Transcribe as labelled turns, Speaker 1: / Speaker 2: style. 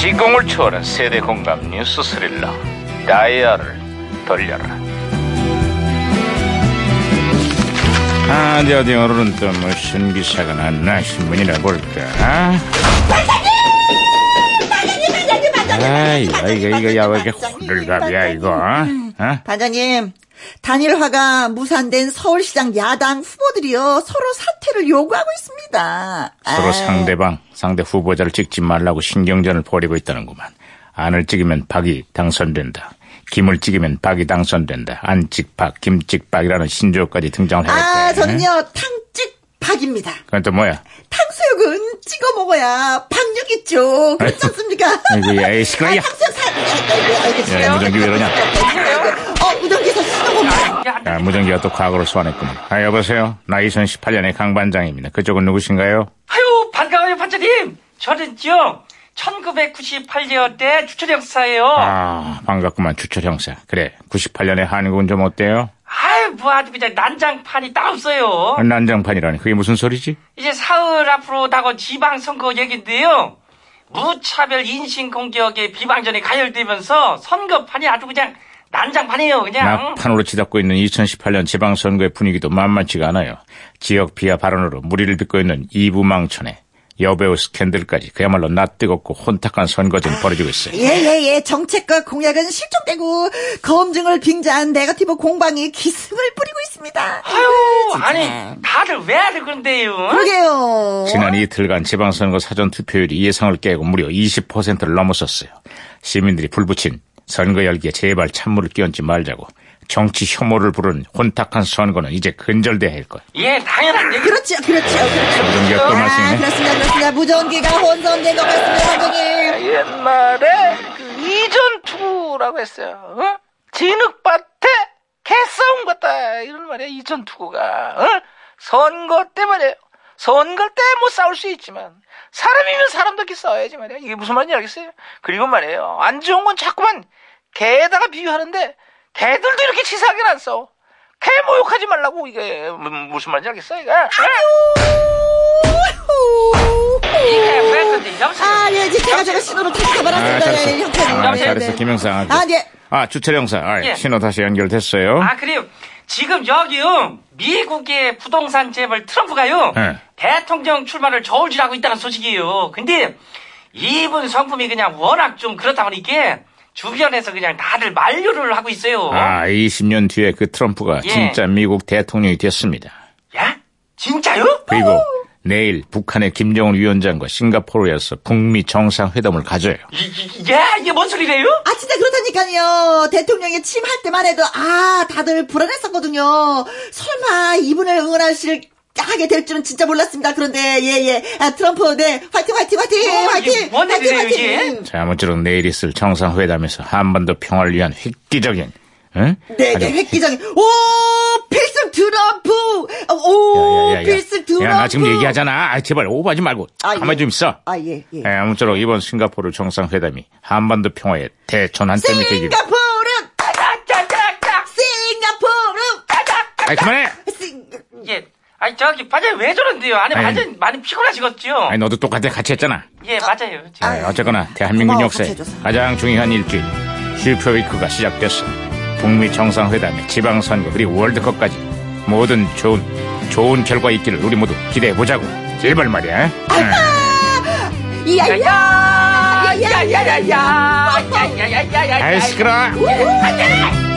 Speaker 1: 진공을 초월한 세대 공감 뉴스 스릴러 다이아를 돌려라 아, 어디 어디 오늘은 또 무슨 기사가 났나 신문이나 볼까 아이 야, 이거 이거 야 왜 이렇게 호들갑이야 이거 어? 어?
Speaker 2: 반장님, 단일화가 무산된 서울시장 야당 후보들이요 서로 사퇴를 요구하고 있습니다.
Speaker 1: 서로
Speaker 2: 아,
Speaker 1: 상대방 상대 후보자를 찍지 말라고 신경전을 벌이고 있다는구만 안을 찍으면 박이 당선된다 김을 찍으면 박이 당선된다 안찍박 김찍박이라는 신조어까지 등장을 하겠다
Speaker 2: 아, 저는요 탕찍 박입니다.
Speaker 1: 그건 또 뭐야
Speaker 2: 탕수육은 찍어 먹어야 박력 있죠. 그렇지 않습니까?
Speaker 1: 아이고 야이 시끄러워
Speaker 2: 탕수육 사.
Speaker 1: 야, 야,
Speaker 2: 네,
Speaker 1: 예, 무전기 왜 이러냐?
Speaker 2: 어, 무전기에서 신호가 옵니다.
Speaker 1: 야, 무전기가 또 과거를 소환했구만. 아, 여보세요? 나 2018년의 강반장입니다. 그쪽은 누구신가요?
Speaker 3: 아유 반가워요 반장님 저는요 1998년 때 추천 역사예요
Speaker 1: 아, 반갑구만, 주철 형사. 그래, 98년의 한국은 좀 어때요?
Speaker 3: 아유 뭐 아주 그냥 난장판이 따 없어요
Speaker 1: 아, 난장판이라니, 그게 무슨 소리지?
Speaker 3: 이제 사흘 앞으로 다가온 지방선거 얘긴데요 무차별 인신공격의 비방전이 가열되면서 선거판이 아주 그냥 난장판이에요 그냥
Speaker 1: 막판으로 치닫고 있는 2018년 지방선거의 분위기도 만만치가 않아요. 지역 비하 발언으로 무리를 빚고 있는 이부망천에 여배우 스캔들까지 그야말로 낯뜨겁고 혼탁한 선거전이 벌어지고 있어요.
Speaker 2: 예예예 정책과 공약은 실종되고 검증을 빙자한 네거티브 공방이 기승을 뿌리고 있습니다.
Speaker 3: 아유
Speaker 2: 진짜.
Speaker 3: 아니 다들 왜들 그런데요
Speaker 2: 그러게요.
Speaker 1: 지난 이틀간 지방선거 사전 투표율이 예상을 깨고 무려 20%를 넘었었어요. 시민들이 불붙인 선거 열기에 제발 찬물을 끼얹지 말자고 정치 혐오를 부른 혼탁한 선거는 이제 근절돼야 할 거야.
Speaker 3: 예 당연한 얘기
Speaker 2: 그렇죠, 그렇죠, 그렇죠.
Speaker 1: 무전기가 또
Speaker 2: 아,
Speaker 1: 말씀이네.
Speaker 2: 그렇습니다, 그렇습니다. 무전기가 혼선된 것 같습니다, 선생님.
Speaker 4: 옛날에 그 이전투구라고 했어요. 어? 진흙밭에 개싸움 같다 이런 말이야 이전투구가. 어? 선거 때 말이에요. 선거 때 뭐 싸울 수 있지만 사람이면 사람답게 싸워야지 말이야. 이게 무슨 말인지 알겠어요? 그리고 말이에요. 안 좋은 건 자꾸만 개에다가 비유하는데 개들도 이렇게 치사하게 안 싸워. 개 모욕하지 말라고 이게 무- 무슨 말인지 알겠어 이거?
Speaker 3: 이게 왜 그런데 여보세요
Speaker 2: 아, 예, 이제 제가 제가 신호를 다시
Speaker 1: 아,
Speaker 2: 잡아놨습니다. 예,
Speaker 1: 잘했어.
Speaker 2: 형편이.
Speaker 1: 아,
Speaker 2: 네,
Speaker 1: 잘했어.
Speaker 2: 네.
Speaker 1: 김영사.
Speaker 2: 아, 네.
Speaker 1: 아, 주철 형사. 아,
Speaker 3: 예.
Speaker 1: 신호 다시 연결됐어요.
Speaker 3: 아 그래요. 지금 여기요 미국의 부동산 재벌 트럼프가요
Speaker 1: 네.
Speaker 3: 대통령 출마를 저울질하고 있다는 소식이에요. 근데 이분 성품이 그냥 워낙 좀 그렇다 보니까 주변에서 그냥 다들 만류를 하고 있어요.
Speaker 1: 아, 20년 뒤에 그 트럼프가
Speaker 3: 뭐? 예.
Speaker 1: 진짜 미국 대통령이 됐습니다.
Speaker 3: 야 진짜요?
Speaker 1: 그리고 내일 북한의 김정은 위원장과 싱가포르에서 북미 정상회담을 가져요.
Speaker 3: 이, 이, 이- 야 이게 뭔 소리래요?
Speaker 2: 아, 진짜 그렇다니까요. 대통령이 취임할 때만 해도, 아, 다들 불안했었거든요. 설마 이분을 응원하실, 하게 될 줄은 진짜 몰랐습니다. 그런데, 예, 예. 아, 트럼프, 네. 화이팅, 화이팅, 화이팅,
Speaker 3: 어, 이게
Speaker 2: 화이팅.
Speaker 3: 뭔
Speaker 2: 화이팅,
Speaker 3: 일이에요, 이게?
Speaker 2: 화이팅.
Speaker 1: 자, 아무쪼록 내일 있을 정상회담에서 한반도 평화를 위한 획기적인, 응?
Speaker 2: 네,
Speaker 1: 아주
Speaker 2: 네, 획기적인. 오, 필승 트럼프! 오,
Speaker 1: 야, 야, 야, 야.
Speaker 2: 필승 트럼프!
Speaker 1: 야, 나 지금 얘기하잖아. 아, 제발 오버하지 말고
Speaker 2: 아,
Speaker 1: 가만히
Speaker 2: 예.
Speaker 1: 좀 있어.
Speaker 2: 아, 예, 예.
Speaker 1: 예, 아무쪼록 이번 싱가포르 정상회담이 한반도 평화의 대전환점이 되기를.
Speaker 2: 싱가포르!
Speaker 3: 짜자자자
Speaker 2: 싱가포르!
Speaker 1: 아, 그만해.
Speaker 2: 싱...
Speaker 3: 예. 아니 저기 반장님 왜 저런데요? 아니
Speaker 1: 아니.
Speaker 3: 반장님 많이 피곤하시겠죠?
Speaker 1: 아니, 너도 똑같아. 같이 했잖아.
Speaker 3: 예 맞아요. 저-
Speaker 1: 아, 어쨌거나 대한민국
Speaker 2: 고마워,
Speaker 1: 역사에
Speaker 2: 같이 해줘서.
Speaker 1: 가장 중요한 일주일 슈퍼위크가 시작됐어. 북미 정상회담에 지방선거 그리고 월드컵까지 모든 좋은 좋은 결과 있기를 우리 모두 기대해 보자고. 제발 말이야. 응.
Speaker 2: 이야, 야 어,
Speaker 3: 야야야야야야야야야야야
Speaker 1: 아이 시끄러.
Speaker 2: 우후.